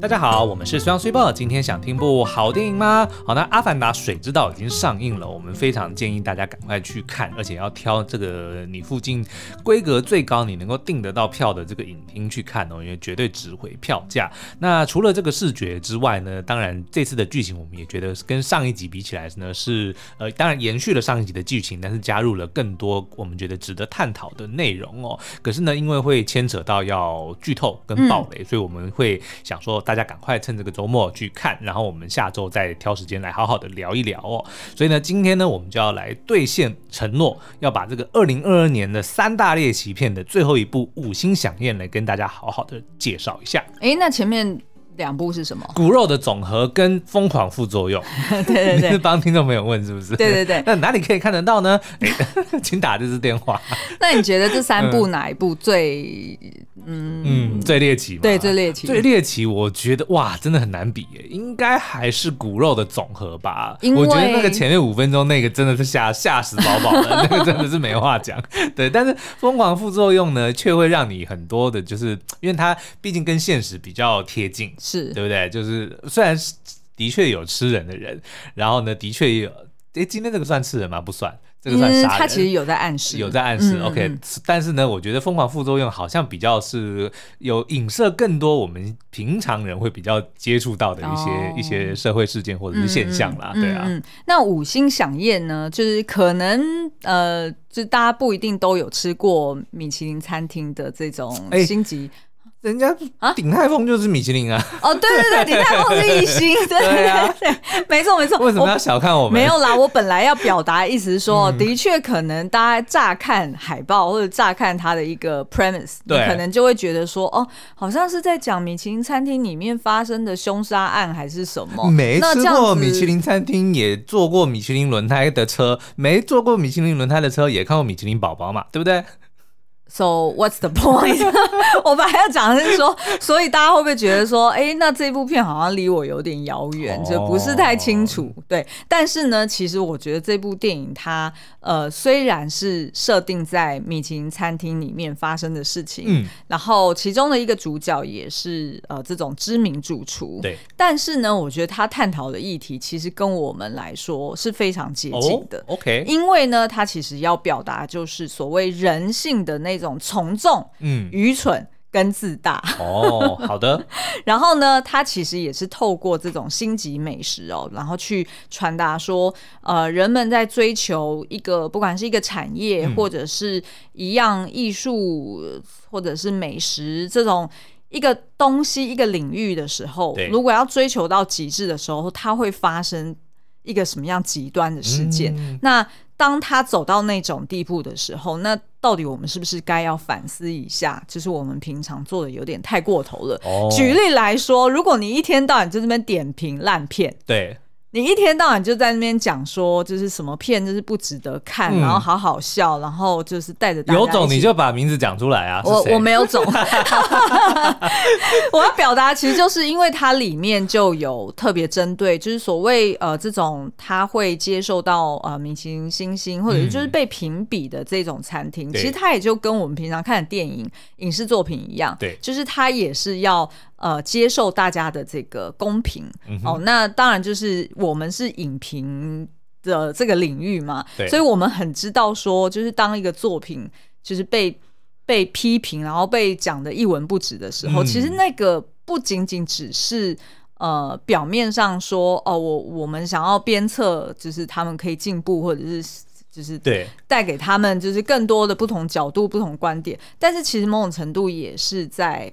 大家好，我们是双虽报。今天想听部好电影吗？好，那《阿凡达：水之道》已经上映了，我们非常建议大家赶快去看，而且要挑这个你附近规格最高、你能够订得到票的这个影厅去看哦，因为绝对值回票价。那除了这个视觉之外呢，当然这次的剧情我们也觉得跟上一集比起来呢，是呃，当然延续了上一集的剧情，但是加入了更多我们觉得值得探讨的内容哦。可是呢，因为会牵扯到要剧透跟暴雷，所以我们会想说大家赶快趁这个周末去看，然后我们下周再挑时间来好好的聊一聊哦。所以呢，今天呢，我们就要来兑现承诺，要把这个二零二二年的三大猎奇片的最后一部《五星响宴》来跟大家好好的介绍一下。哎，那前面两部是什么？骨肉的总和跟疯狂副作用， 对对你是 对，帮听众朋友问是不是？对对对 那哪里可以看得到呢？哎 请打这支电话。 那你觉得这三部哪一部最嗯，最猎奇嘛，对最猎奇最猎奇，我觉得哇，真的很难比耶，应该还是骨肉的总和吧。因为我觉得那个前面五分钟那个真的是吓吓死宝宝了，那个真的是没话讲。 对，但是疯狂副作用呢，却会让你很多的，就是因为它毕竟跟现实比较贴近，是？对不对？就是虽然是的确有吃人的人，然后呢，的确也有，诶，今天这个算吃人吗？不算，这个算杀人。他嗯其实有在暗示，有在暗示、嗯 o k 但是呢，我觉得疯狂副作用好像比较是有影射更多我们平常人会比较接触到的一些、哦一些社会事件或者是现象啦，对啊，嗯，嗯那五星响宴呢？就是可能呃，就大家不一定都有吃过米其林餐厅的这种哎星级、人家啊鼎泰丰就是米其林啊，哦，对对对，李泰峰是一星，对对啊对对，没错没错， 为什么要我小看我们？嗯没有啦，我本来要表达的意思是说，的确可能大家乍看海报或者乍看它的一个 premise，你对可能就会觉得说，哦，好像是在讲米其林餐厅里面发生的凶杀案还是什么？没哦那吃这样过子米其林餐厅，也坐过米其林轮胎的车，没坐过米其林轮胎的车，也看过米其林宝宝嘛，对不对？ So what's the point？我 本来要讲的是说，所以大家会不会觉得说，哎、那这部片好像离我有点遥远，哦就不是太清楚。对，但是呢，其实我觉得这部电影它呃，虽然是设定在米其林餐厅里面发生的事情，嗯，然后其中的一个主角也是呃这种知名主厨，对，但是呢，我觉得他探讨的议题其实跟我们来说是非常哦接近的。 o k 因为呢，他其实要表达就是所谓人性的那种从众、嗯，愚蠢跟自大。 哦，好的，然后呢，他其实也是透过这种星级美食哦，然后去传达说，呃，人们在追求一个不管是一个产业，嗯或者是一样艺术，或者是美食这种。一个东西、一个领域的时候对，如果要追求到极致的时候，它会发生一个什么样极端的 事件？嗯那当他走到那种地步的时候，那到底我们是不是该要反思一下？就是我们平常做的有点太过头了。哦，举例来说，如果你一天到晚就在那边点评烂片，对，你一天到晚就在那边讲说，就是什么片就是不值得看，嗯然后好好笑，然后就是带着大家有种你一起就把名字讲出来啊！是我谁我没 有种， 我要表达其实就是因为它里面就有特别针对，就是所谓呃这种他会接受到呃明星星星或者嗯就是被评比的这种餐厅，对其实它也就跟我们平常看的电影影视作品一样，对就是它也是要呃接受大家的这个公平、嗯哦。那当然就是我们是影评。的这个领域嘛对，所以我们很知道说，就是当一个作品就是被被批评，然后被讲的一文不值的时候，嗯其实那个不仅仅只是呃表面上说哦，我我们想要鞭策，就是他们可以进步，或者是就是对带给他们就是更多的不同角度、不同观点，但是其实某种程度也是在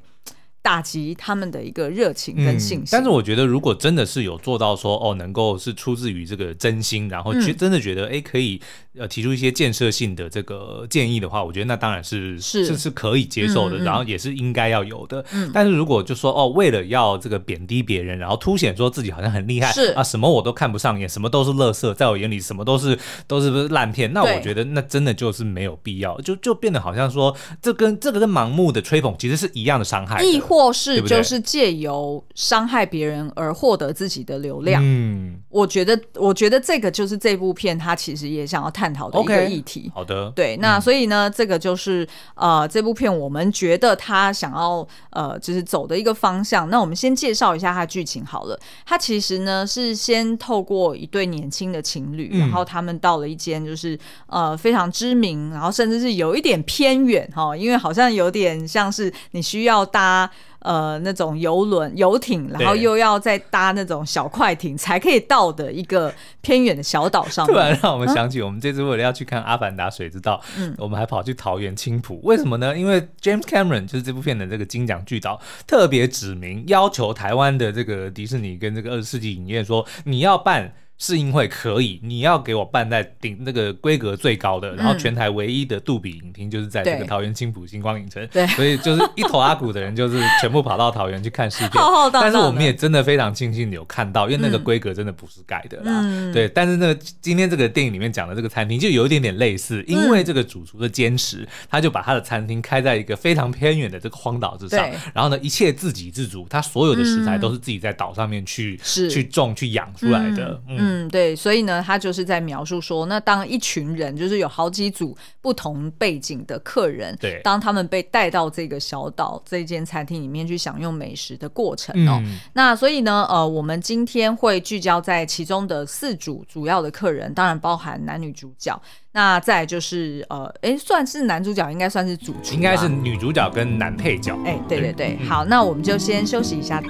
打击他们的一个热情跟信心。嗯但是我觉得，如果真的是有做到说哦，能够是出自于这个真心，然后嗯觉真的觉得哎、诶可以呃提出一些建设性的这个呃建议的话，我觉得那当然是是是是可以接受的，嗯嗯嗯然后也是应该要有的。但是如果就说哦，为了要这个贬低别人，然后凸显说自己好像很厉害，是啊，什么我都看不上眼，什么都是垃圾，在我眼里什么都 是都是烂片，那我对觉得那真的就是没有必要，就就变得好像说这跟这个跟盲目的吹捧其实是一样的伤害的，亦或是对不对就是借由伤害别人而获得自己的流量。嗯我觉得，我觉得这个就是这部片它其实也想要探讨的一个，OK，议题。好的，对，那所以呢，这个就是呃，这部片我们觉得它想要呃，就是走的一个方向。那我们先介绍一下它剧情好了。它其实呢是先透过一对年轻的情侣，嗯然后他们到了一间就是呃非常知名，然后甚至是有一点偏远哈，因为好像有点像是你需要搭。呃，那种游轮、游艇，然后对又要再搭那种小快艇才可以到的一个偏远的小岛上嗯突面。然让我们想起，我们这次为了要去看《阿凡达：水之道》，嗯我们还跑去桃园青浦，为什么呢？因为 James Cameron 就是这部片的这个金奖巨导，特别指明要求台湾的这个迪士尼跟这个二十世纪影业说，你要办。试映会可以，你要给我办在顶那个规格最高的，然后全台唯一的杜比影厅就是在这个嗯对桃园青浦星光影城，对所以就是一头阿古的人就是全部跑到桃园去看世界，浩浩荡荡但的是我们也真的非常庆幸有看到，因为那个嗯规格真的不是盖的啦。嗯对，但是那个今天这个电影里面讲的这个餐厅就有一点点类似，因嗯为这个主厨的坚持，他就把他的餐厅开在一个非常偏远的这个荒岛之上对，嗯然后呢，一切自给自足，他所有的食材都是自己在岛上面去、是去种去养出来的。嗯嗯，对，所以呢，他就是在描述说，那当一群人，就是有好几组不同背景的客人，对当他们被带到这个小岛这间餐厅里面去享用美食的过程哦。嗯，那所以呢，呃，我们今天会聚焦在其中的四组主要的客人，当然包含男女主角。那再来就是呃，诶，算是男主角，应该算是主厨吧，应该是女主角跟男配角。哎、对对对，嗯好，那我们就先休息一下。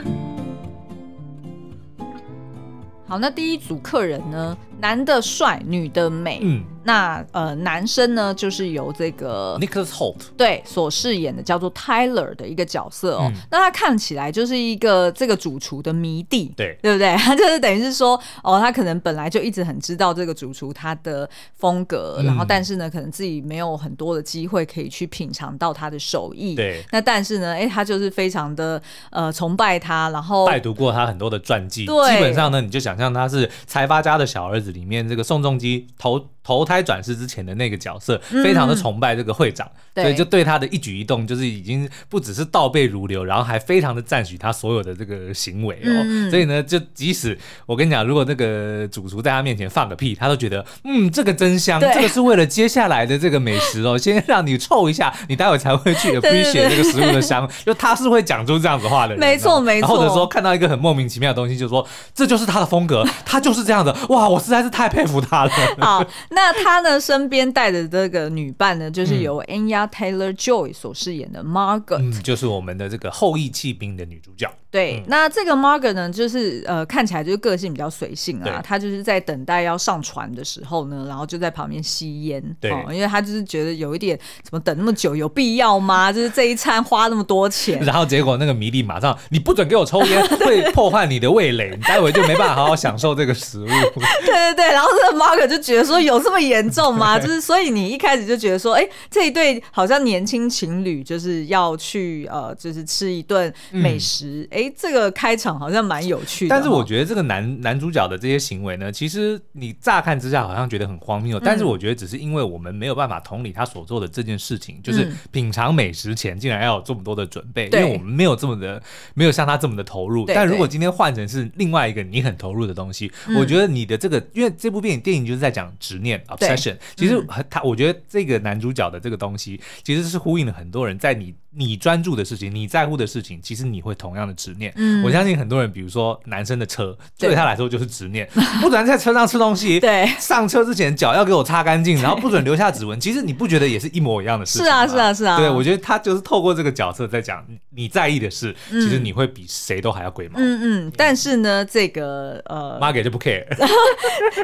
好，那第一组客人呢，男的帅，女的美。嗯那呃，男生呢，就是由这个，Nicholas Holt，对所饰演的叫做 Tyler 的一个角色哦。嗯那他看起来就是一个这个主厨的迷弟，对对不对？ 他就是等于是说，哦，他可能本来就一直很知道这个主厨他的风格，嗯然后但是呢，可能自己没有很多的机会可以去品尝到他的手艺。对，那但是呢，哎、他就是非常的呃崇拜他，然后 拜读过他很多的传记，对基本上呢，你就想象他是财阀家的小儿子里面这个宋仲基投投胎转世之前的那个角色，非常的崇拜这个会长，嗯对所以就对他的一举一动就是已经不只是倒背如流，然后还非常的赞许他所有的这个行为哦。嗯所以呢，就即使我跟你讲，如果那个主厨在他面前放个屁，他都觉得嗯，这个真香，对这个是为了接下来的这个美食 哦，先让你臭一下，你待会才会去 appreciate 这个食物的香。就他是会讲出这样子话的人哦，没错没错然后或者说看到一个很莫名其妙的东西，就说 这就是他的风格，他就是这样的。哇，我实在是太佩服他了。 好，哦那他呢身边带的这个女伴呢，就是由 Anya Taylor Joy 所饰演的 Margaret、嗯，就是我们的这个后羿弃兵的女主角。对，那这个 Margaret 呢，就是呃看起来就是个性比较随性对啊，她就是在等待要上船的时候呢，然后就在旁边吸烟，对哦，因为她就是觉得有一点怎么等那么久有必要吗？就是这一餐花那么多钱，然后结果那个迷弟马上，你不准给我抽 烟，会破坏你的味蕾，你待会就没办法好好享受这个食物。 对对对，然后这个 Mark 就觉得说有这么严重吗？就是所以你一开始就觉得说，哎、这一对好像年轻情侣就是要去呃，就是吃一顿美食，哎、这个开场好像蛮有趣的嗯哦。但是我觉得这个男男主角的这些行为呢，其实你乍看之下好像觉得很荒谬，但是嗯我觉得只是因为我们没有办法同理他所做的这件事情，就是品尝美食前竟然要有这么多的准备，因嗯对为我们没有这么的没有像他这么的投入。对但如果对嗯今天换成是另外一个你很投入的东西，我觉得你的这个，因为这部电影电影就是在讲执念 obsession，其嗯实他我觉得这个男主角的这个东西其实是呼应了很多人在你你专注的事情、你在乎的事情，其实你会同样的执念。嗯我相信很多人，比如说男生的车，对对他来说就是执念， 不准在车上吃东西， 对上车之前脚要给我擦干 净，然后不准留下指纹。其实你不觉得 也是一模一样的事情是啊吗是啊是啊对，我觉得他就是透过这个角色在讲你在意的事，其实你会比谁都还要龟毛。嗯嗯，但是呢，这个呃，妈给就不 care，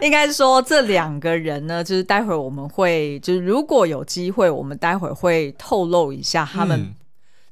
应该说这两个人呢，就是待会儿我们会，就是如果有机会，我们待会儿会透露一下他们嗯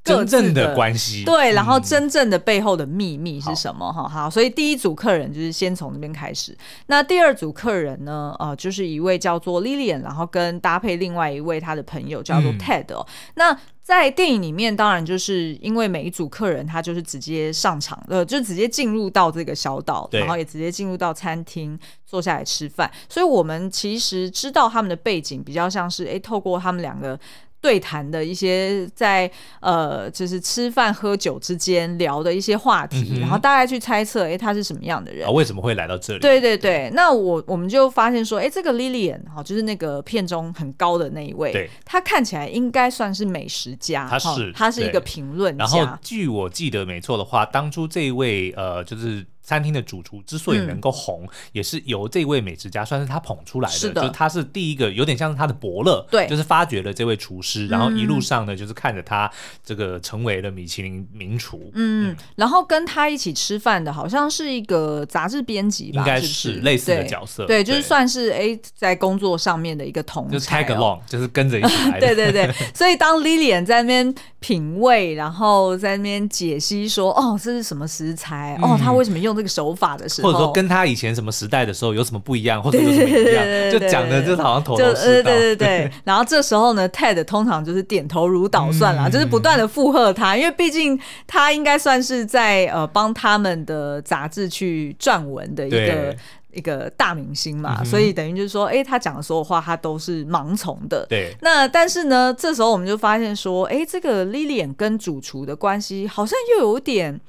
各真自正的的关系。对，然后嗯真正的背后的秘密是什么？哈、好，所以第一组客人就是先从那边开始。那第二组客人呢？呃，就是一位叫做 Lilian，然后跟搭配另外一位他的朋友叫做嗯 Ted 哦。那在电影里面，当然就是因为每一组客人他就是直接上场，呃，就直接进入到这个小岛，对然后也直接进入到餐厅坐下来吃饭，所以我们其实知道他们的背景比较像是，诶，透过他们两个对谈的一些在呃，就是吃饭喝酒之间聊的一些话题，嗯哼然后大概去猜测，哎，他是什么样的人啊，。为什么会来到这里？对对对，那我我们就发现说，哎，这个 Lilian 哈，就是那个片中很高的那一位对，她看起来应该算是美食家，她哈是她是一对个评论然后家，，嗯据我记得没错的话，当初这一位呃，就是餐厅的主厨之所以能够红，也是由这位美食家算是他捧出来的，嗯是的就是他是第一个，有点像是他的伯乐，对就是发掘了这位厨师，然后一路上呢，就是看着他这个成为了米其林名厨，嗯，然后跟她一起吃饭的好像是一个杂志编辑吧，应该是不是是类似的对角色，对，就是算是哎，在工作上面的一个同就是 tag 才哦 along，就是跟着一起来的， 对对对，所以当 Lilian 在那边品味，然后在那边解析说，哦，这是什么食材，哦，他为什么用这个手法的时 嗯候，或者说跟他以前什么时代的时候有什么不一样，或者有什么一对对样，就对讲的对就是好像头就头是呃对道。对对， 然后这时候呢，Ted 通常就是点头如捣蒜啦，嗯就是不断的附和他，因为毕竟他应该算是在呃帮他们的杂志去撰文的一个对一个大明星嘛，嗯哼所以等于就是说，哎，他讲的所有话他都是盲从的，对那但是呢，这时候我们就发现说，哎，这个 Lilian 跟主厨的关系好像又有点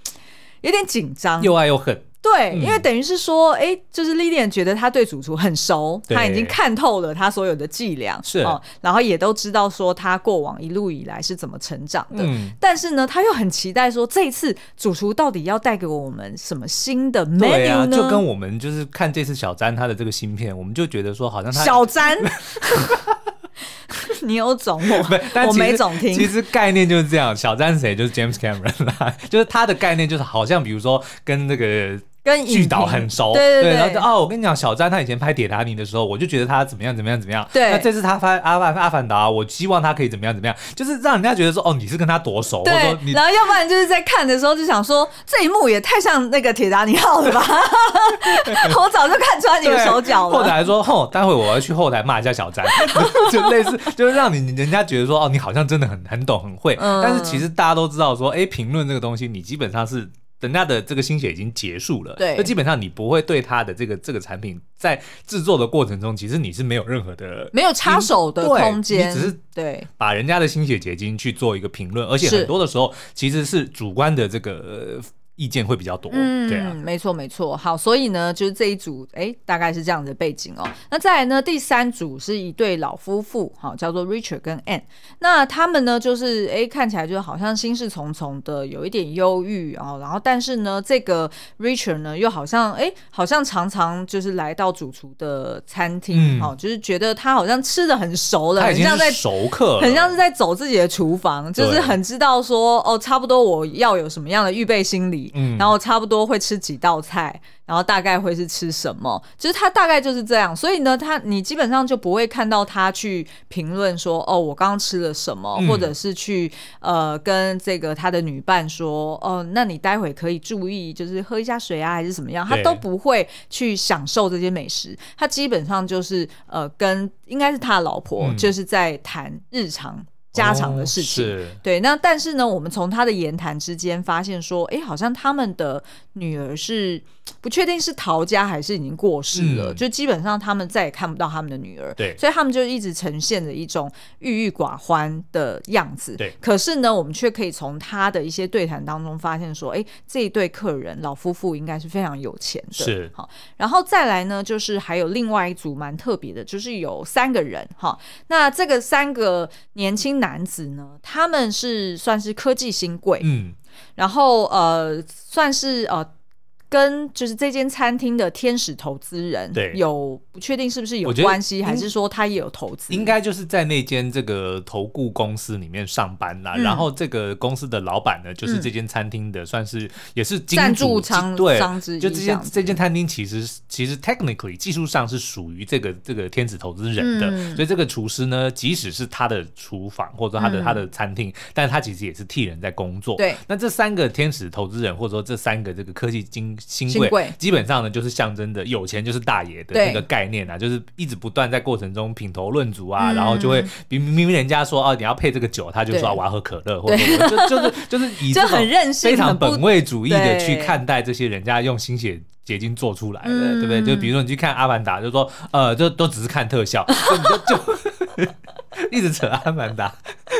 有点紧张。又爱又恨，对，嗯因为等于是说，哎，就是 Lilian 觉得他对主厨很熟，对他已经看透了他所有的伎俩，哦是然后也都知道说他过往一路以来是怎么成长的。嗯，但是呢，他又很期待说，这一次主厨到底要带给我们什么新的对 menu 啊，呢？就跟我们就是看这次小詹他的这个芯片，我们就觉得说好像 他。小詹， 你有种不我，但我其实没总听其实概念就是这样，小詹谁就是 James Cameron 啦，就是他的概念就是好像比如说跟那个跟影剧导评很熟，对对然后就哦，我跟你讲，小詹他以前拍《铁达尼》的时候，我就觉得他怎么样怎么样怎么样，对那这次他拍《阿凡阿凡达》，我希望他可以怎么样怎么样，就是让人家觉得说哦，你是跟他多熟，或者说对，你然后要不然就是在看的时候就想说，这一幕也太像那个铁达尼号 了吧？我早就看穿你的对手脚后台了。还说，吼，待会我要去后台骂一下小詹， 就类似，就是让你人家觉得说，哦，你好像真的很很懂很会。嗯但是其实大家都知道说，哎，评论这个东西，你基本上是。人家的这个心血已经结束了，对就基本上你不会对他的这个这个产品在制作的过程中，其实你是没有任何的没有插手的对空间，你只是对把人家的心血结晶去做一个评论，而且是很多的时候其实是主观的这个呃意见会比较多，嗯，对啊，没错没错。好，所以呢，就是这一组，哎、大概是这样子的背景哦。那再来呢，第三组是一对老夫妇，好、叫做 Richard 跟 Ann。那他们呢，就是哎、看起来就好像心事重重的，有一点忧郁哦。然后，但是呢，这个 Richard 呢，又好像哎、好像常常就是来到主厨的餐厅，嗯哦，就是觉得他好像吃的很熟了，他很已经像在是熟客了，很像是在走自己的厨房，就是对很知道说哦，差不多我要有什么样的预备心理，嗯然后差不多会吃几道菜，然后大概会是吃什么，就是他大概就是这样。所以呢，他你基本上就不会看到他去评论说哦，我刚刚吃了什么，嗯或者是去呃跟这个他的女伴说哦，那你待会可以注意，就是喝一下水啊，还是怎么样，他对都不会去享受这些美食，他基本上就是呃跟应该是他的老婆、嗯就是在谈日常家常的事情。哦是对，那但是呢，我们从他的言谈之间发现说，哎，好像他们的女儿是不确定是逃家还是已经过世了，嗯就基本上他们再也看不到他们的女儿，对所以他们就一直呈现着一种郁郁寡欢的样子。对可是呢，我们却可以从他的一些对谈当中发现说，哎，这一对客人老夫妇应该是非常有钱的，是好，然后再来呢，就是还有另外一组蛮特别的，就是有三个人哈。那这个三个年轻男子呢，他们是算是科技新贵，嗯，然后呃，算是呃。跟就是这间餐厅的天使投资人对有不确定是不是有我觉得关系，应还是说他也有投资？应该就是在那间这个投顾公司里面上班啦，嗯然后这个公司的老板呢，就是这间餐厅的，算是也是金主赞助商对商之一就这这间样子这间餐厅其实其实 technically 技术上是属于这个这个天使投资人的，嗯所以这个厨师呢，即使是他的厨房或者说他的、嗯他的餐厅，但是他其实也是替人在工作。对，那这三个天使投资人或者说这三个这个科技金新新贵贵，基本上呢就是象征的有钱就是大爷的对那个概念啊，就是一直不断在过程中品头论足啊，嗯然后就会明明明人家说哦你要配这个酒，他就对说、啊、我要喝可乐，或者我就就是就是以就这种很任性非常很不本位主义的去对看待这些人家用心血。结晶做出来的，嗯对不对？就比如说你去看《阿凡达》，就说呃，就都只是看特效，就你就就 一直扯阿凡达，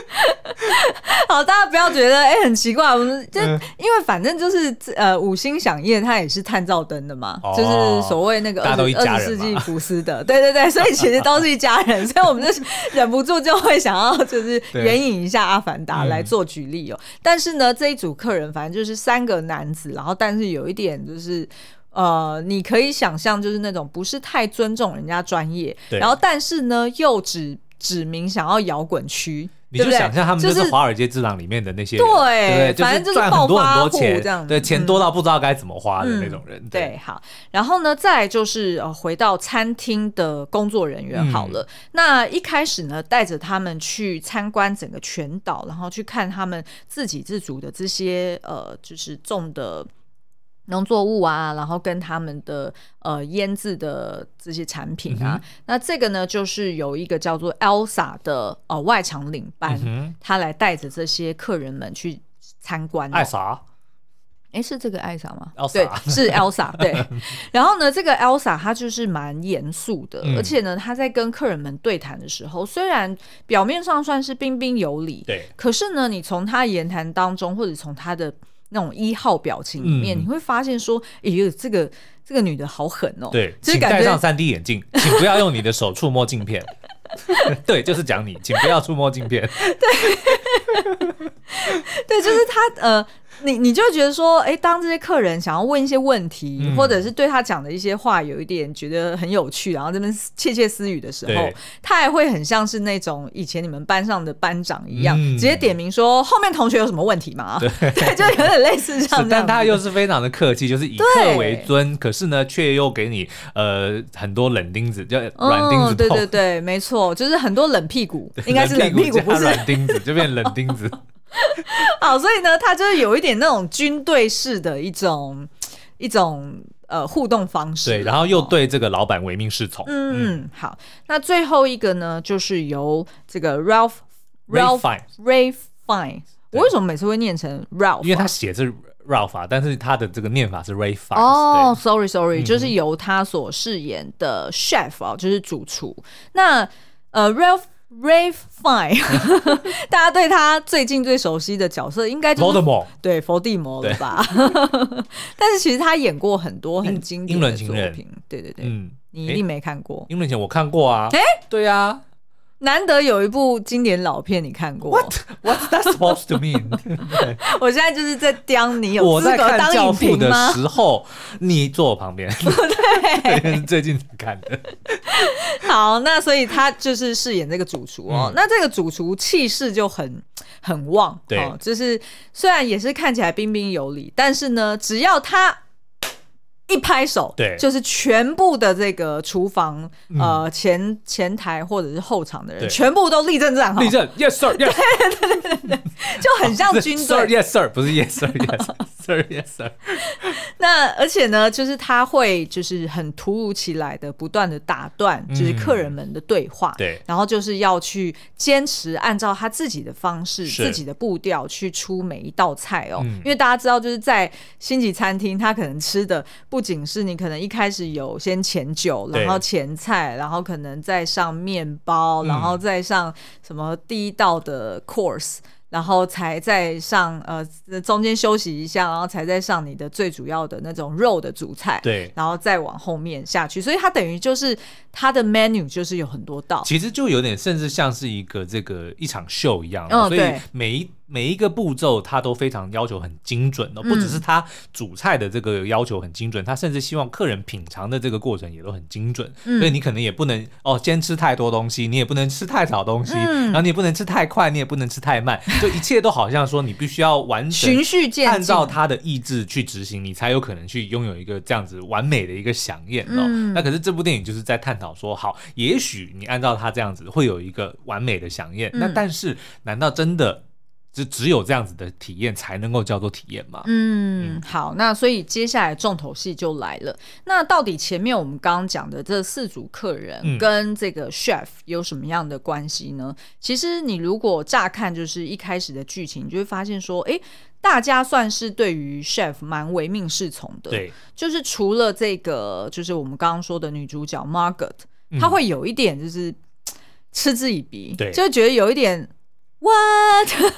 好，大家不要觉得哎、很奇怪，我嗯们就、因为反正就是呃五星响宴，它也是探照灯的嘛，哦就是所谓那个大家二都一十家二人十世纪嘛福斯的， 对对对，所以其实都是一家 人，所以我们就是忍不住就会想要就是对援引一下《阿凡达》嗯来做举例哦、但是呢，这一组客人反正就是三个男子，然后但是有一点就是。呃，你可以想象，就是那种不是太尊重人家专业，对然后但是呢，又指指明想要摇滚区，你对就不对想象他们就就是华尔街之狼里面的那些人，对对不对，反正就就是赚是很多暴发很户多钱，这样对，钱嗯多到不知道该怎么花的嗯那种人，对，好，然后呢，再来就是呃，回到餐厅的工作人嗯员好了。那一开始呢，带着他们去参观整个全岛，然后去看他们自给自足的这些呃，就是种的。农作物啊，然后跟他们的呃腌制的这些产品啊，嗯那这个呢，就是有一个叫做 Elsa 的呃外场领班，嗯哼，他来带着这些客人们去参观、哦。爱啥？哎，是这个艾莎吗 Elsa 对，是 Elsa。对，然后呢，这个 Elsa 她就是蛮严肃的，嗯而且呢，她在跟客人们对谈的时候，虽然表面上算是彬彬有礼，对，可是呢，你从她言谈当中，或者从她的那种一号表情里面，嗯你会发现说，哎呦，这个这个女的好狠哦，对， 就是请感戴觉上3 D 眼镜， 请不要用你的手触摸镜片。 对，就是讲你，请不要触摸镜 片。对，就是他呃，你你就会觉得说，哎、当这些客人想要问一些问题，嗯或者是对他讲的一些话有一点觉得很有趣，然后这边窃窃私语的时候对，他还会很像是那种以前你们班上的班长一样，嗯直接点名说后面同学有什么问题吗？ 对，就有点类似像是，这但样子。他又是非常的客气，就是以客为尊，可是呢，却又给你呃很多冷钉子，叫软钉嗯，子对痛。对对，没错，就是很多冷屁股， 应该是冷屁屁股，不加是软钉子，就变冷钉 子。好，所以呢，他就是有一点那种军队式的一种一种呃互动方式啦，对，然后又哦对这个老板唯命是从。嗯，好，那最后一个呢，就是由这个 Ralph Ralph Ralph Fiennes Ray Fine。我为什么每次会念成 Ralph？啊、因为他写是 Ralph，啊但是他的这个念法嗯是 Ray Fox。哦、s o r r y Sorry，、就是由他所饰演的 chef 哦，就是主厨。那呃，Ralph Ralph Fine，大家对他最近最熟悉的角色应该对就是 Voldemort，对伏地魔了对吧？ 但是其实他演过很多很经典英的伦情作人品，对对对，嗯，你诶一定没看过。英伦前我看过啊。诶对啊难得有一部经典老片你看过，What's that supposed to mean？我现在就是在刁你 有我资在格看《当教影父》评的吗？时候，你坐我旁边， 对， 最近才看的，好，那所以他就是饰演这个主厨哦。嗯那这个主厨气势就很很旺，对哦，就是虽然也是看起来彬彬有礼，但是呢，只要他。一拍手，对就是全部的这个厨房、嗯呃前前台或者是后场的人，对全部都立正站好，立正，Yes sir，Yes，就 很像军队。 ，Sir，Yes sir，不是 Yes sir，Yes，Sir，Yes sir，那而且呢，就是他会就是很突如其来的不断的打断，就是客人们的对话，对然后就是要去坚持按照他自己的方式、是自己的步调去出每一道菜哦，嗯因为大家知道就是在星级餐厅，他可能吃的不仅是你可能一开始有先前酒，对然后前菜，然后可能再上面包，嗯然后再上什么第一道的 course。然后才再上呃中间休息一下，然后才再上你的最主要的那种肉的主菜，，对，然后再往后面下去，所以它等于就是它的 menu 就是有很多道，其实就有点，甚至像是一个这个一场秀一样，嗯所以对每一每一个步骤他都非常要求很精准嗯的，不只是他主菜的这个要求很精准，他甚至希望客人品尝的这个过程也都很精准。嗯所以你可能也不能哦，先吃太多东西，你也不能吃太少东西，嗯然后你也不能吃太快，你也不能吃太慢，就一切都好像说你必须要完整循序渐进，按照他的意志去执行，你才有可能去拥有一个这样子完美的一个飨宴哦。嗯那可是这部电影就是在探讨说，好，也许你按照他这样子会有一个完美的飨嗯宴，那但是难道真的就只有这样子的体验才能够叫做体验吗？嗯，好，那所以接下来重头戏就来了。那到底前面我们刚刚讲的这四组客嗯人跟这个 chef 有什么样的关系呢？其实你如果乍看就是一开始的剧情，你就会发现说，诶，大家算是对于 chef 蛮唯命是从的。，对，就是除了这个，就是我们刚刚说的女主角 Margaret，、她会有一点就是。嗤之以鼻，嗯对就会觉得有一点 what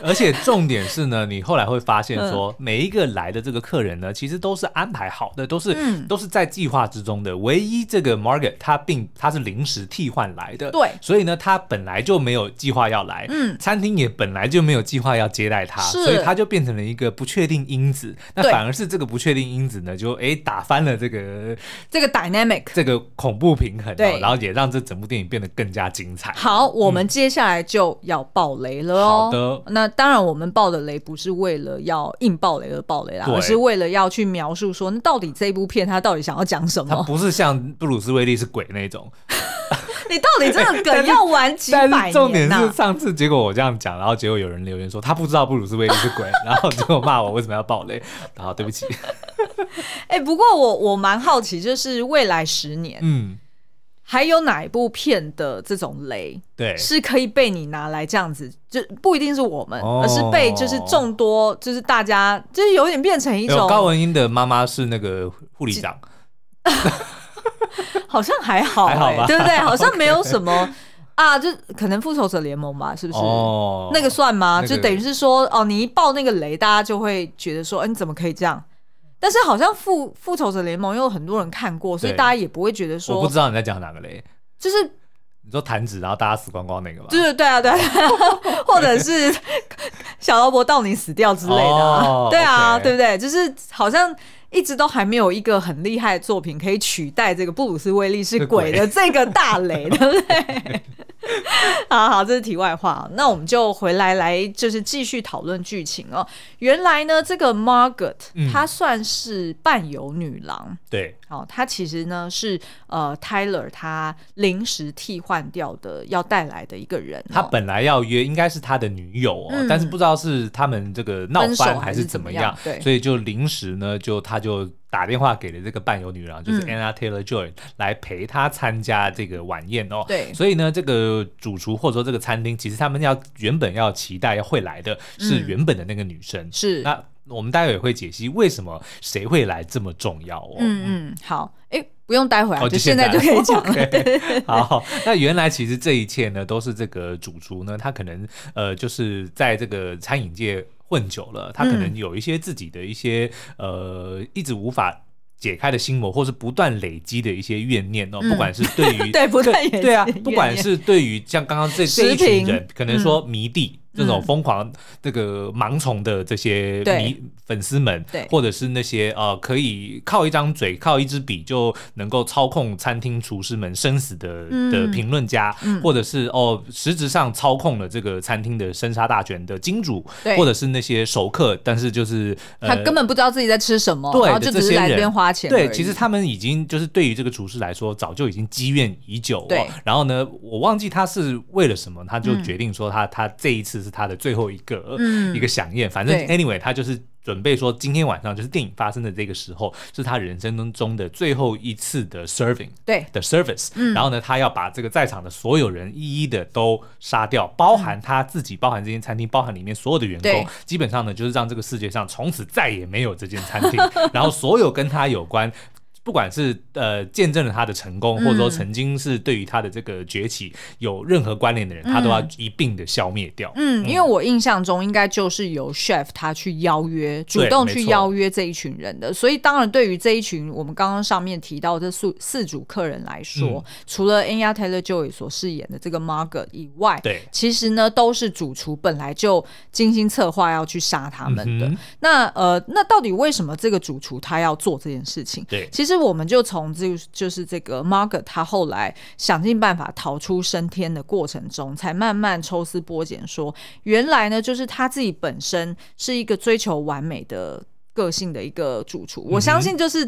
而且重点是呢，你后来会发现说，嗯每一个来的这个客人呢，其实都是安排好的，都是、嗯都是在计划之中的。唯一这个 Margaret 她并她是临时替换来的，对所以呢，她本来就没有计划要来，嗯餐厅也本来就没有计划要接待她，是所以她就变成了一个不确定因子。那对反而是这个不确定因子呢，就诶打翻了这个这个 dynamic。这个恐怖平衡、哦对，哦然后也让这整部电影变得更加精彩。好，我们接下来就要爆雷了嗯哦。好的那当然我们爆的雷不是为了要硬爆雷而爆雷啦，对而是为了要去描述说，那到底这部片它到底想要讲什它么？不是 像布鲁斯威利是鬼那种，你到底这个梗要玩几百但年、呐？是重点是上次结果我这样讲，然后结果有人留言说他不知道布鲁斯威利是 鬼，然后结果骂我为什么要爆雷，然后对不起，哎、不过我我蛮好奇，就是未来十年、嗯，还有哪一部片的这种雷对，哎是可以被你拿来这样子，就不一定是我们，哦而是被就是众多就是大家就是有点变成一有种，高文英的妈妈是那个护理长，好像还好、还好哎，吧对 不对？好像没有什么啊，就可能复仇者联盟吧，是不是？哦，那个算吗？那个就等于是说，哦，你一爆那个雷，大家就会觉得说，嗯、你怎么可以这样？但是好像复复仇者联盟又有很多人看过，所以对大家也不会觉得我不说，知道你在讲哪个雷，就是你说弹指然后大家死光光那个吧，对对对啊，对 啊，或者 是小萝卜到你死掉之类的、啊，哦 对啊 OK 对不对？就是好像一直都还没有一个很厉害的作品可以取代这个布鲁斯威利是鬼的这个大 雷，对不对？ 好好，这是题外话。那我们就回来来，就是继续讨论剧情哦。原来呢，这个 Margaret、嗯她算是伴游女郎，对，哦，他其实呢是呃 Tyler 他临时替换掉的要带来的一个人、哦，他本来要约，应该是他的女友哦，嗯但是不知道是他们这个闹分手翻还是是怎怎么么样样，对所以就临时呢，就他就打电话给了这个伴游女郎，就是嗯 Anna Taylor Joy、来陪他参加这个晚宴哦。对所以呢，这个主厨或者说这个餐厅，其实他们要原本要期待要会来的是嗯原本的那个女生，是那我们待会也会解析为什么谁会来这么重要哦。嗯嗯好，哎、不用待会儿啊、哦，就就现在在就可以讲 o 了。 k 好，那原来其实这一切呢，都是这个主厨呢，他可能呃，就是在这个餐饮界混久了，他可能有一些自己的一些、呃，一直无法。解开的心魔，或是不断累积的一些怨念哦，不管是对 于嗯对不断累积对啊的怨，不管念是对于像刚刚这这一食群品嗯人，可能说迷弟、这种疯狂这个盲从的这些对迷粉丝们，对或者是那些呃可以靠一张嘴、靠一支笔就能够操控餐厅厨师们生死的的嗯评论家，或者是哦实质上操控了这个餐厅的生杀大权的金主对，或者是那些熟客，但是就是、呃、他根本不知道自己在吃什么，对然后的就这只是些来这边人花钱而已。对，其实他们已经就是对于这个厨师来说，早就已经积怨已久、哦。对然后呢，我忘记他是为了什么，他就决定说他、他这一次是他的最后一个、嗯一个飨宴。反正对 anyway，他就是。准备说，今天晚上就是电影发生的这个时候，是他人生中的最后一次的 serving 对的 service。然嗯后呢，他要把这个在场的所有人一一的都杀掉，包含他自己，包含这间餐厅，包含里面所有的员对工。基本上呢，就是让这个世界上从此再也没有这间餐 厅，然后所有跟他有关。不管是呃见证了他的成功，嗯或者说曾经是对于他的这个崛起有任何关联的人，他都要一并的消灭掉。嗯嗯，因为我印象中应该就是由 chef 他去邀约，主对动没去错邀约这一群人的，所以当然对于这一群我们刚刚上面提到的四四组客人来说，嗯除了 Anya Taylor Joy 所饰演的这个 Margaret 以外，对其实呢都是主厨本来就精心策划要去杀他们的。嗯哼那呃，那到底为什么这个主厨他要做这件事情？对其实我们就从这就是这个 Margaret 她后来想尽办法逃出升天的过程中，才慢慢抽丝剥茧说，原来呢就是她自己本身是一个追求完美的个性的一个主厨。嗯我相信就是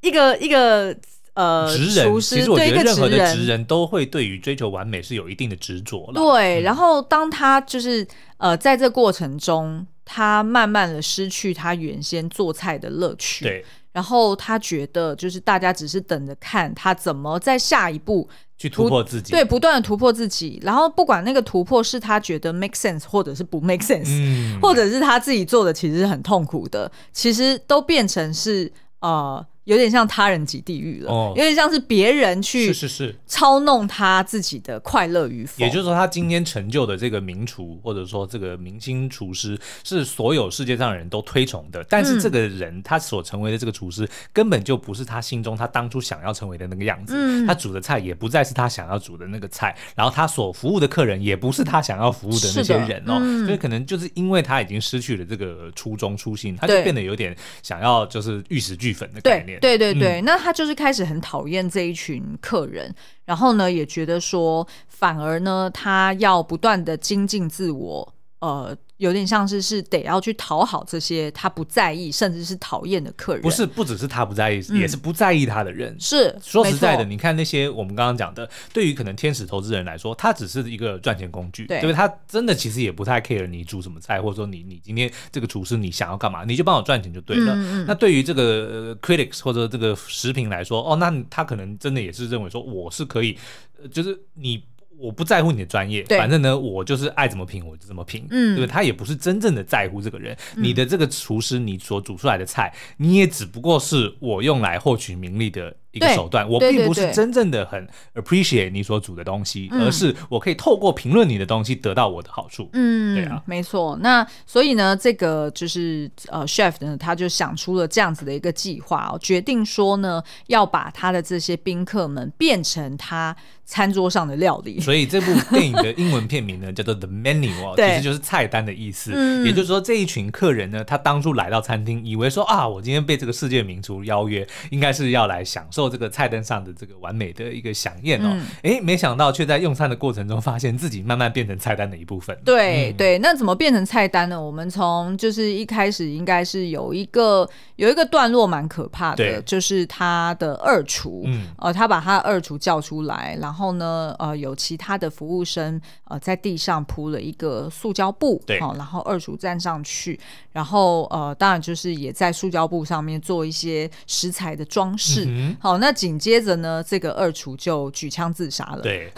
一个一个。呃，职人厨其师实我对觉一得个任何职的人职人都会对于追求完美是有一定的执着了。对，然后当他就是呃，在这过程中，他慢慢的失去他原先做菜的乐趣。。对，然后他觉得，就是大家只是等着看他怎么在下一步去突破自己。对不断的突破自己，然后不管那个突破是他觉得 make sense 或者是不 make sense，、嗯，或者是他自己做的其实是很痛苦的，其实都变成是呃有点像他人及地狱了，哦有点像是别人去是是是，操弄他自己的快乐与否。也就是说，他今天成就的这个名厨，或者说这个明星厨师，是所有世界上人都推崇的。但是这个人、他所成为的这个厨师，根本就不是他心中他当初想要成为的那个样子。他煮的菜也不再是他想要煮的那个菜，然后他所服务的客人也不是他想要服务的那是些的人哦。所以可能就是因为他已经失去了这个初衷初心，他就对变得有点想要就是玉石俱焚的概对念。嗯对对对，那他就是开始很讨厌这一群客人，然后呢，也觉得说，反而呢，他要不断的精进自我，呃，有点像是是得要去讨好这些他不在意甚至是讨厌的客人。不是不只是他不在意，也是不在意他的人。是，说实在的，没错，你看那些我们刚刚讲的，对于可能天使投资人来说，他只是一个赚钱工具，对对不对？他真的其实也不太 care 你煮什么菜，或者说你你今天这个厨师你想要干嘛，你就帮我赚钱就对嗯了。那对于这个呃 critics 或者这个食品来说，哦，那他可能真的也是认为说我是可以，呃就是你。我不在乎你的专业，对反正呢，我就是爱怎么品我就怎么品，嗯对不对？他也不是真正的在乎这个人，你的这个厨师，你所煮出来的菜，你也只不过是我用来获取名利的一个对手段，我对并对不是对真正的很 appreciate 你所煮的东西，嗯而是我可以透过评论你的东西得到我的好处。嗯，对啊没错。那所以呢，这个就是呃，chef 呢，他就想出了这样子的一个计划哦，决定说呢，要把他的这些宾客们变成他餐桌上的料理。所以这部电影的英文片名呢叫做 The Menu 哦， 对其实就是菜单的意思。嗯也就是说，这一群客人呢，他当初来到餐厅，以为说啊，我今天被这个世界名厨邀约，应该是要来享受这个菜单上的这个完美的一个飨宴哦。嗯诶，没想到却在用餐的过程中，发现自己慢慢变成菜单的一部 分。对、嗯对，那怎么变成菜单呢？我们从就是一开始应该是有一个有一个段落蛮可怕的对，就是他的二厨，嗯呃，他把他的二厨叫出来，然后呢，呃，有其他的服务生呃在地上铺了一个塑胶布，对哦，然后二厨站上去，然后呃，当然就是也在塑胶布上面做一些食材的装饰。嗯好，那紧接着呢，这个二厨就举枪自杀了。对，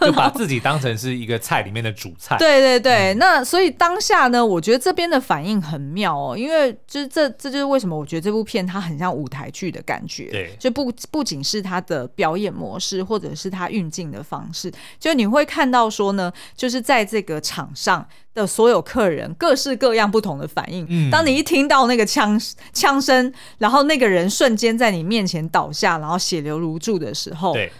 就把自己当成是一个菜里面的主菜。 嗯对对对，那所以当下呢，我觉得这边的反应很妙哦，因为就是这这就是为什么我觉得这部片它很像舞台剧的感觉，对就不不仅是它的表演模式，或者是它运镜的方式，就你会看到说呢，就是在这个场上。的所有客人各式各样不同的反应。嗯当你一听到那个枪枪声，然后那个人瞬间在你面前倒下，然后血流如注的时候，对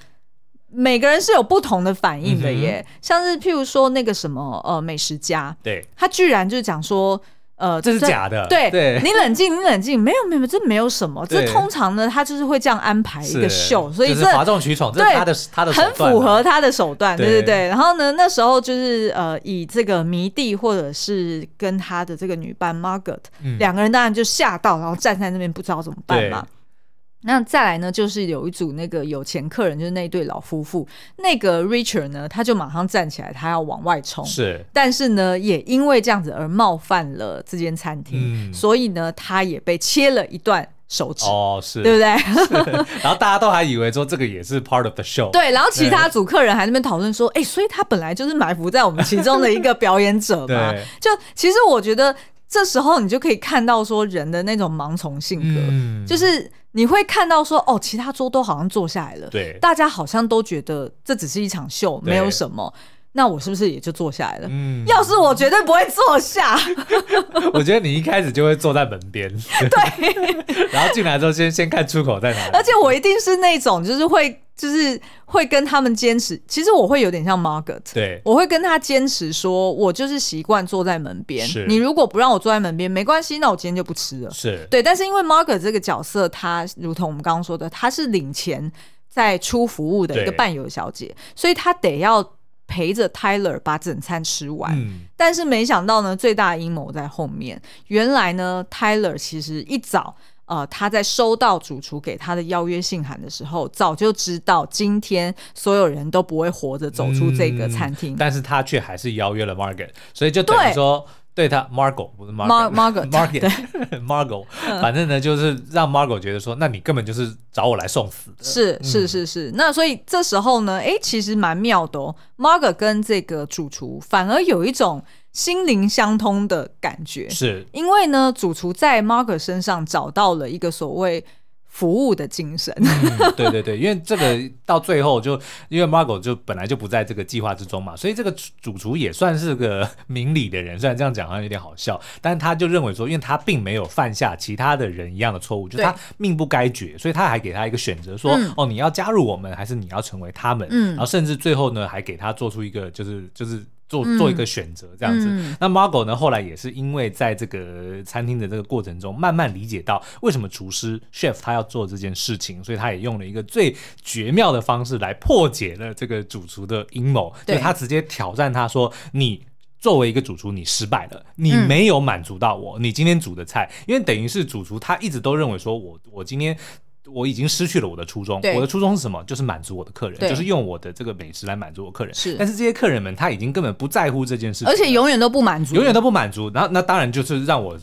每个人是有不同的反应的嗯哼耶，像是譬如说那个什么呃美食家，对，他居然就讲说。呃，这是假的对，对你冷静，你冷静，没有，没有，这没有什么。这对通常呢，他就是会这样安排一是个秀，所以就是这哗众取宠，这是对他的他的手很段啊符合他的手段，对对对对。然后呢，那时候就是呃，以这个迷弟或者是跟他的这个女伴 Margaret、嗯两个人，当然就吓到，然后站在那边不知道怎么办对嘛。那再来呢，就是有一组那个有钱客人，就是那对老夫妇。那个 Richard 呢，他就马上站起来，他要往外冲。是但是呢，也因为这样子而冒犯了这间餐厅，嗯所以呢，他也被切了一段手指，哦是，对不对？ 然后大家都还以为说这个也是 part of the show，对，然后其他组客人还在那边讨论说，哎、所以他本来就是埋伏在我们其中的一个表演者嘛对。 就其实我觉得这时候你就可以看到说人的那种盲从性格，嗯，就是你会看到说，哦，其他桌都好像坐下来了，对，大家好像都觉得这只是一场秀，对没有什么。那我是不是也就坐下来了？嗯，要是我绝对不会坐下， 我觉得你一开始就会坐在门边，对， 然后进来之后先先看出口在哪而里，且我一定是那种就是会就是会跟他们坚持。其实我会有点像 Margaret，对，我会跟他坚持说，我就是习惯坐在门边是。你如果不让我坐在门边，没关系，那我今天就不吃了。是对，但是因为 Margaret 这个角色，她如同我们刚刚说的，她是领钱在出服务的一个对伴游小姐，所以她得要陪着 Tyler 把整餐吃完。嗯但是没想到呢，最大的阴谋在后面。原来呢，Tyler 其实一早，呃，他在收到主厨给他的邀约信函的时候，早就知道今天所有人都不会活着走出这嗯个餐厅。但是他却还是邀约了 Margaret，所以就等于对说。对他，Margot 不是 Mar- Margaret，Margaret，Margaret，Margot，反正呢就是让 Margot 觉得说，那你根本就是找我来送死的，嗯是是是是，那所以这时候呢，诶，其实蛮妙的哦。Margaret 跟这个主厨反而有一种心灵相通的感觉，是因为呢，主厨在 Margaret 身上找到了一个所谓。服务的精神。嗯对对对，因为这个到最后就因为 Margot 就本来就不在这个计划之中嘛，所以这个主主厨也算是个 明理的人，虽然这样讲好像有点好笑，但是他就认为说，因为他并没有犯下其他的人一样的错误，就是对他命不该绝，所以他还给他一个选择说，嗯哦，你要加入我们，还是你要成为他们？嗯然后甚至最后呢，还给他做出一个就是就是。做嗯做一个选择这样子，嗯那 Margot 呢，后来也是因为在这个餐厅的这个过程中，慢慢理解到为什么厨师 chef 他要做这件事情，所以他也用了一个最绝妙的方式来破解了这个主厨的阴谋，就对他直接挑战他说你。作为一个主厨，你失败了，你嗯没有满足到我。你今天煮的菜，因为等于是主厨，他一直都认为说我我今天我已经失去了我的初衷。对我的初衷是什么？就是满足我的客人，对就是用我的这个美食来满足我客人。是但是这些客人们他已经根本不在乎这件事情了，而且永远都不满足，永远都不满足。然后那当然就是让我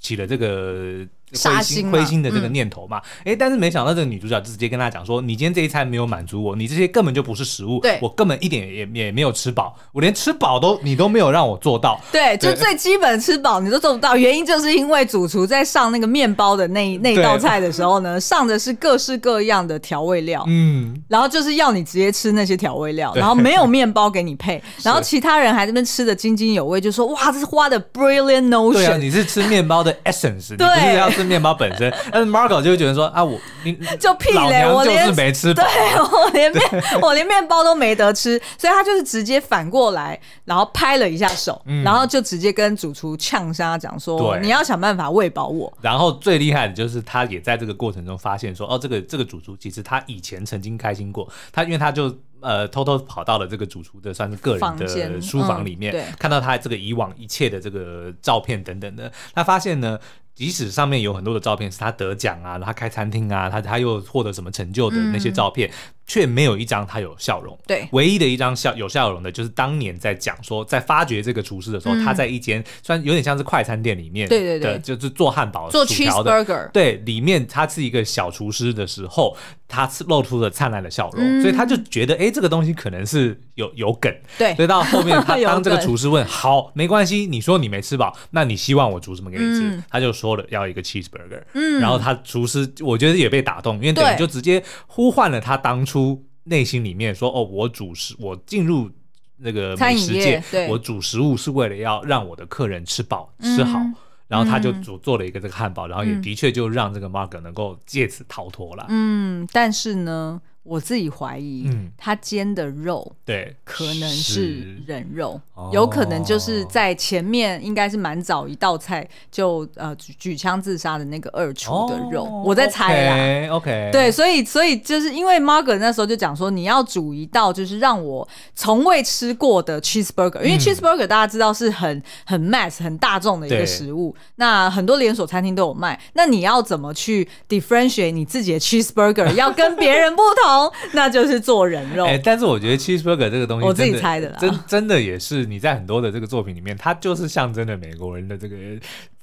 起了这个杀灰心心嘛嗯灰心的这个念头嘛。诶，但是没想到这个女主角直接跟他讲说：“你今天这一餐没有满足我，你这些根本就不是食物对，我根本一点也也没有吃饱，我连吃饱都你都没有让我做到。”对，就对最基本吃饱你都做不到，原因就是因为主厨在上那个面包的那一那一对道菜的时候呢，上的是各式各样的调味料。嗯，然后就是要你直接吃那些调味料，对然后没有面包给 你配，然后其他人还在那边吃的津津有味，就说哇，这是花的 brilliant 对啊， notion，、你是吃面包的 essence，你不对是要吃面包本身。但是 Margot 就会觉得说啊，我你就屁老嘞，娘我就连是没吃饱 对。我连面我连面包都没得吃，所以他就是直接反过来，然后拍了一下手，然后就直接跟主厨呛杀讲说嗯对你要想办法喂饱我，然后最厉害的就是他也在这个过程中发现说，哦，这个这个主厨其实他以前曾经开心过，他因为他就。呃，偷偷跑到了这个主厨的算是个人房间的书房里面，嗯对看到他这个以往一切的这个照片等等的，他发现呢，即使上面有很多的照片是他得奖啊，他开餐厅啊，他他又获得什么成就的那些照片，却没有一张他有笑容。嗯对唯一的一张笑有笑容的，就是当年在讲说，在发掘这个厨师的时候，他在一间虽然有点像是快餐店里面的，嗯对对对就是做汉堡、做哦薯条的 cheeseburger 对，里面他是一个小厨师的时候，他是露出了灿烂的笑容，嗯所以他就觉得，哎、这个东西可能是有有梗。对所以到后面 他哎有当这个梗厨师问，好，没关系，你说你没吃饱，那你希望我煮什么给你吃？嗯他就说了要一个 cheeseburger，嗯，然后他厨师我觉得也被打动，因为等对于就直接呼唤了他当初内心里面说，哦，我主食，我进入。那个餐美饮食业界，对嗯我煮食物是为了要让我的客人吃饱、吃好，然后他就煮做了一个这个汉堡，然后也的确就让这个 Mark 能够借此逃脱了。嗯，但是呢，我自己怀疑，嗯他煎的肉。对，可能是人肉哦，有可能就是在前面应该是蛮早一道菜就呃举举枪自杀的那个二厨的肉，我在猜啦。啦。OK，, 对，所以所以就是因为 Margaret 那时候就讲说，你要煮一道就是让我从未吃过的 cheeseburger，因为嗯 cheeseburger 大家知道是很很 mass 很大众的一个对食物，那很多连锁餐厅都有卖。那你要怎么去 differentiate 你自己 的 cheeseburger 要跟别人不同，那就是做人肉。哎、但是我觉得 cheeseburger 这个东西真的，我自己猜的啦真真的也是你在很多的这个作品里面，它就是象征了美国人的这个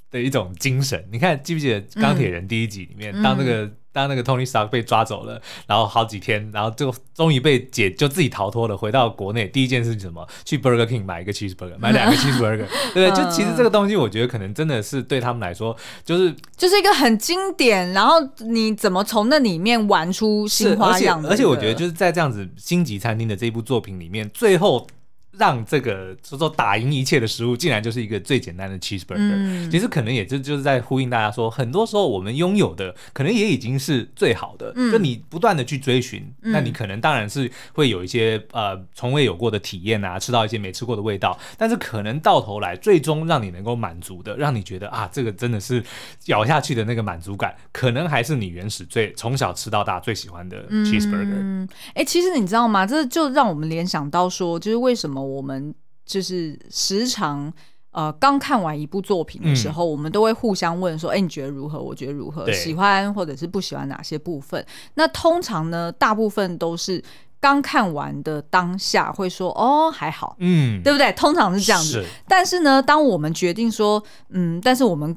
的一种精神。你看，记不记得《钢铁嗯人》第一集里面，当那个当那个 Tony Stark 被抓走了，然后好几天，然后就终于被解，就自己逃脱了，回到国内，第一件事情是什么？去 Burger King 买一个 cheeseburger，买 两个 cheeseburger，对不对？就其实这个嗯东西，我觉得可能真的是对他们来说，就是就是一个很经典，然后你怎么从那里面玩出是，新而花且样而且我觉得是就是在这样子星级餐厅的这一部作品里面，最后让这个说说打赢一切的食物，竟然就是一个最简单的 cheeseburger。其嗯实可能也就就是在呼应大家说，很多时候我们拥有的可能也已经是最好的，嗯就你不断的去追寻，那你可能当然是会有一些呃从未有过的体验啊，吃到一些没吃过的味道，但是可能到头来最终让你能够满足的，让你觉得啊这个真的是咬下去的那个满足感，可能还是你原始最从小吃到大最喜欢的 cheeseburger。哎、嗯其实你知道吗？这就让我们联想到说，就是为什么我们就是时常。呃，刚看完一部作品的时候，我们都会互相问说：“哎、你觉得如何？我觉得如何？嗯对喜欢或者是不喜欢哪些部分？”那通常呢，大部分都是刚看完的当下会说：“哦，还好，嗯，对不对？”通常是这样子。是但是呢，当我们决定说，嗯，但是我们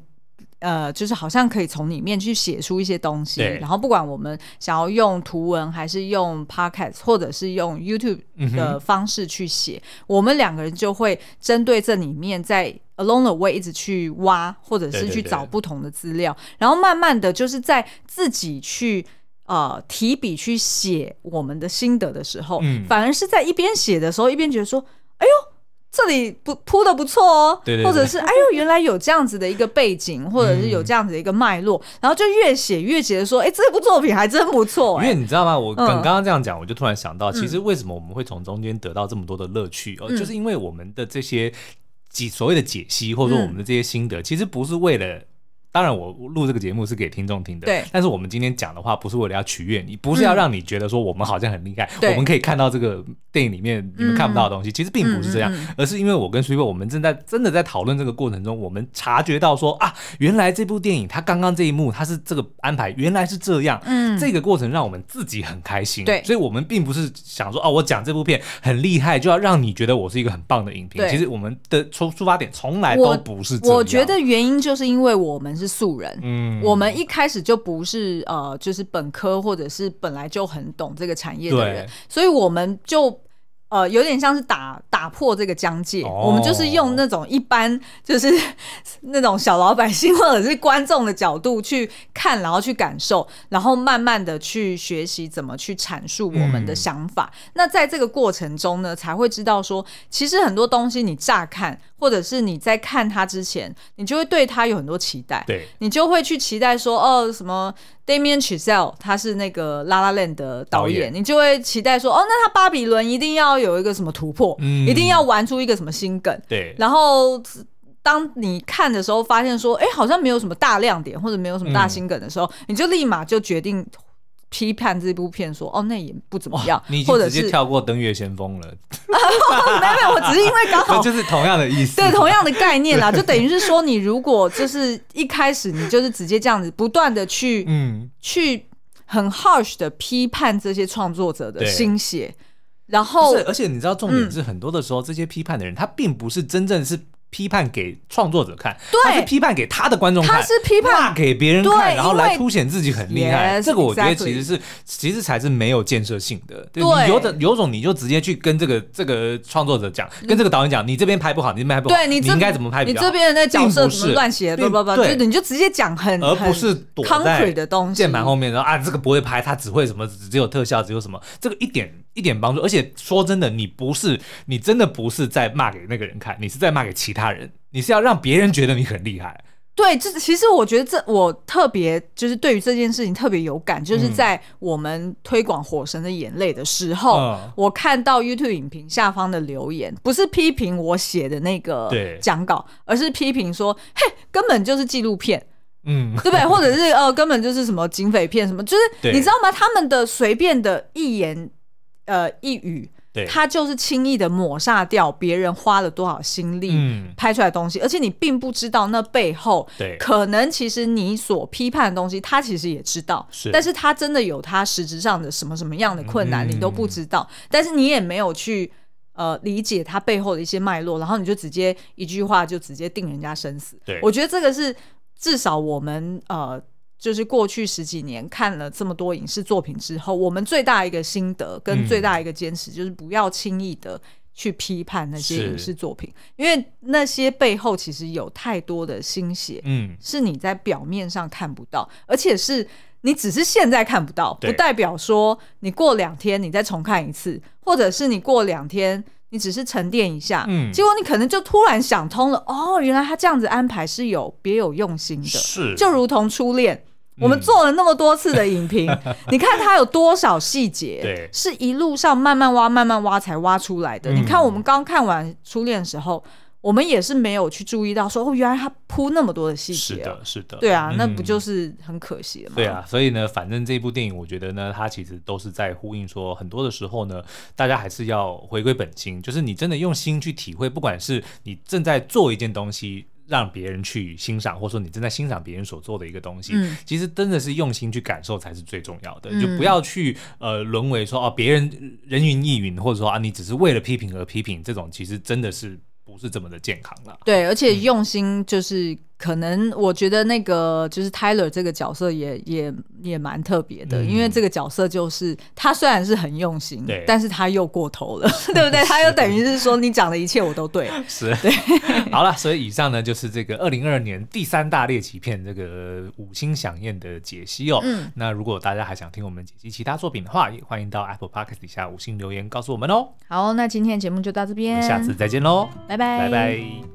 呃，就是好像可以从里面去写出一些东西，对然后不管我们想要用图文，还是用 podcast，或者是用 YouTube 嗯的方式去写，我们两个人就会针对这里面在 along the way 一直去挖，或者是对对去对找不同的资料，然后慢慢的就是在自己去。呃，提笔去写我们的心得的时候，嗯反而是在一边写的时候，一边觉得说，哎呦，这里不铺的不错哦，对对对或者是哎呦，原来有这样子的一个背景，或者是有这样子的一个脉络，嗯然后就越写越觉得说，哎，这部作品还真不错、因为哎，你知道吗？我刚嗯刚刚这样讲，我就突然想到，其实为什么我们会从中间得到这么多的乐趣？嗯哦，就是因为我们的这些解所谓的解析，或者说我们的这些心嗯得，其实不是为了。当然，我录这个节目是给听众听的。对嗯但是我们今天讲的话，不是为了要取悦你，不是要让你觉得说我们好像很厉害，对我们可以看到这个电影里面你们看不到的东西。其实并不是这样，嗯嗯而是因为我跟 Super 我们正在真的在讨论这个过程中，我们察觉到说啊，原来这部电影它刚刚这一幕它是这个安排，原来是这样。嗯，这个过程让我们自己很开心，对所以我们并不是想说哦，我讲这部片很厉害，就要让你觉得我是一个很棒的影评。对其实我们的出出发点从来都不是这样。我觉得，原因就是因为我们是素人。嗯，我们一开始就不是呃，就是本科或者是本来就很懂这个产业的人对，所以我们就呃有点像是打打破这个疆界，哦我们就是用那种一般就是 那种小老百姓或者是观众的角度去看，然后去感受，然后慢慢的去学习怎么去阐述我们的想法。嗯那在这个过程中呢，才会知道说，其实很多东西你乍看，或者是你在看它之前，你就会对它有很多期待。对你就会去期待说，哦，什么 Damien Chazelle 他是那个《La La Land》的导演，导演你就会期待说，哦，那他《巴比伦》一定要有一个什么突破，嗯一定要玩出一个什么新梗。对，然后当你看的时候，发现说，哎，好像没有什么大亮点，或者没有什么大新梗的时嗯候，你就立马就决定批判这部片，说，哦，那也不怎么样你已，经或者直接是啊跳过《登月先锋》了，没有没有，我只是 因为刚好这就是同样的意思。哦对，同样的概念啊啦，就等于是说，你如果就是一开始你就是直接这样子不断的去、嗯，去很 harsh 的批判这些创作者的对心血，然后不是，而且你知道重点是，很多的时候、这些批判的人，他并不是真正是。批判给创作者看，对他是批判给他的观众看，他是批判骂给别人对看，然后因来为凸显自己很厉害。 Yes，这个我觉得 exactly 其实是其实才是没有建设性的。对，对你有种有种你就直接去跟这个这个创作者讲，跟这个导演讲，你这边拍不好，你这边拍不好，对你这应该怎么拍比你较好这边的那角色并不什是么乱写，不并不不，就是对你就直接讲嗯很，而不是很躲在 concrete 的东西，键盘后面，然后啊，这个不会拍，他只会什么，只有特效，只有什么，这个一点一点帮助。而且说真的，你不是，你真的不是在骂给那个人看，你是在骂给其他人，你是要让别人觉得你很厉害。对，这其实我觉得这我特别就是对于这件事情特别有感，就是在我们推广《火神的眼泪》的时候，嗯我看到 YouTube 影评下方的留言，不是批评我写的那个对讲稿，而是批评说，嘿，根本就是纪录片。 嗯，对不对？或者是呃，根本就是什么警匪片什么，就是对你知道吗？他们的随便的一言呃一语，对他就是轻易的抹杀掉别人花了多少心力嗯拍出来的东西，而且你并不知道那背后，对可能其实你所批判的东西，他其实也知道，是但是他真的有他实质上的什么什么样的困难，嗯你都不知道，但是你也没有去。呃，理解他背后的一些脉络，然后你就直接一句话就直接定人家生死。对我觉得这个是至少我们呃，就是过去十几年看了这么多影视作品之后，我们最大一个心得跟嗯最大一个坚持，就是不要轻易的去批判那些是影视作品，因为那些背后其实有太多的心血，嗯，是你在表面上看不到，而且是你只是现在看不到，对不代表说你过两天你再重看一次，或者是你过两天你只是沉淀一下，嗯结果你可能就突然想通了，哦，原来他这样子安排是有别有用心的，是嗯就如同初恋。我们做了那么多次的 影评，你看它有多少细节，对是一路上慢慢挖、慢慢挖才挖出来的。嗯你看我们刚看完《初恋》的时候，我们也是没有去注意到说，哦，原来它铺那么多的细是节、啊，的，是的，对啊，那不嗯就是很可惜了吗？对，啊，所以呢，反正这部电影，我觉得呢，它其实都是在呼应说，很多的时候呢，大家还是要回归本心，就是你真的用心去体会，不管是你正在做一件东西。让别人去欣赏，或者说你正在欣赏别人所做的一个东西，嗯其实真的是用心去感受才是最重要的。嗯就不要去呃沦为说哦别人人云亦云，或者说啊你只是为了批评而批评，这种其实真的是不是这么的健康啦。嗯对，而且用心就是可能我觉得那个就是 Tyler 这个角色也也也蛮特别的，嗯因为这个角色就是他虽然是很用心对，但是他又过头 了，对不对？他又等于是说你讲的一切我都对， 是， 好了，所以以上呢就是这个二零二二年第三大猎奇片这个五星响宴的解析哦。嗯那如果大家还想听我们解析其他作品的话，也欢迎到 Apple Podcast 底下五星留言告诉我们哦。好，那今天的节目就到这我边，们下次再见喽，拜拜，拜拜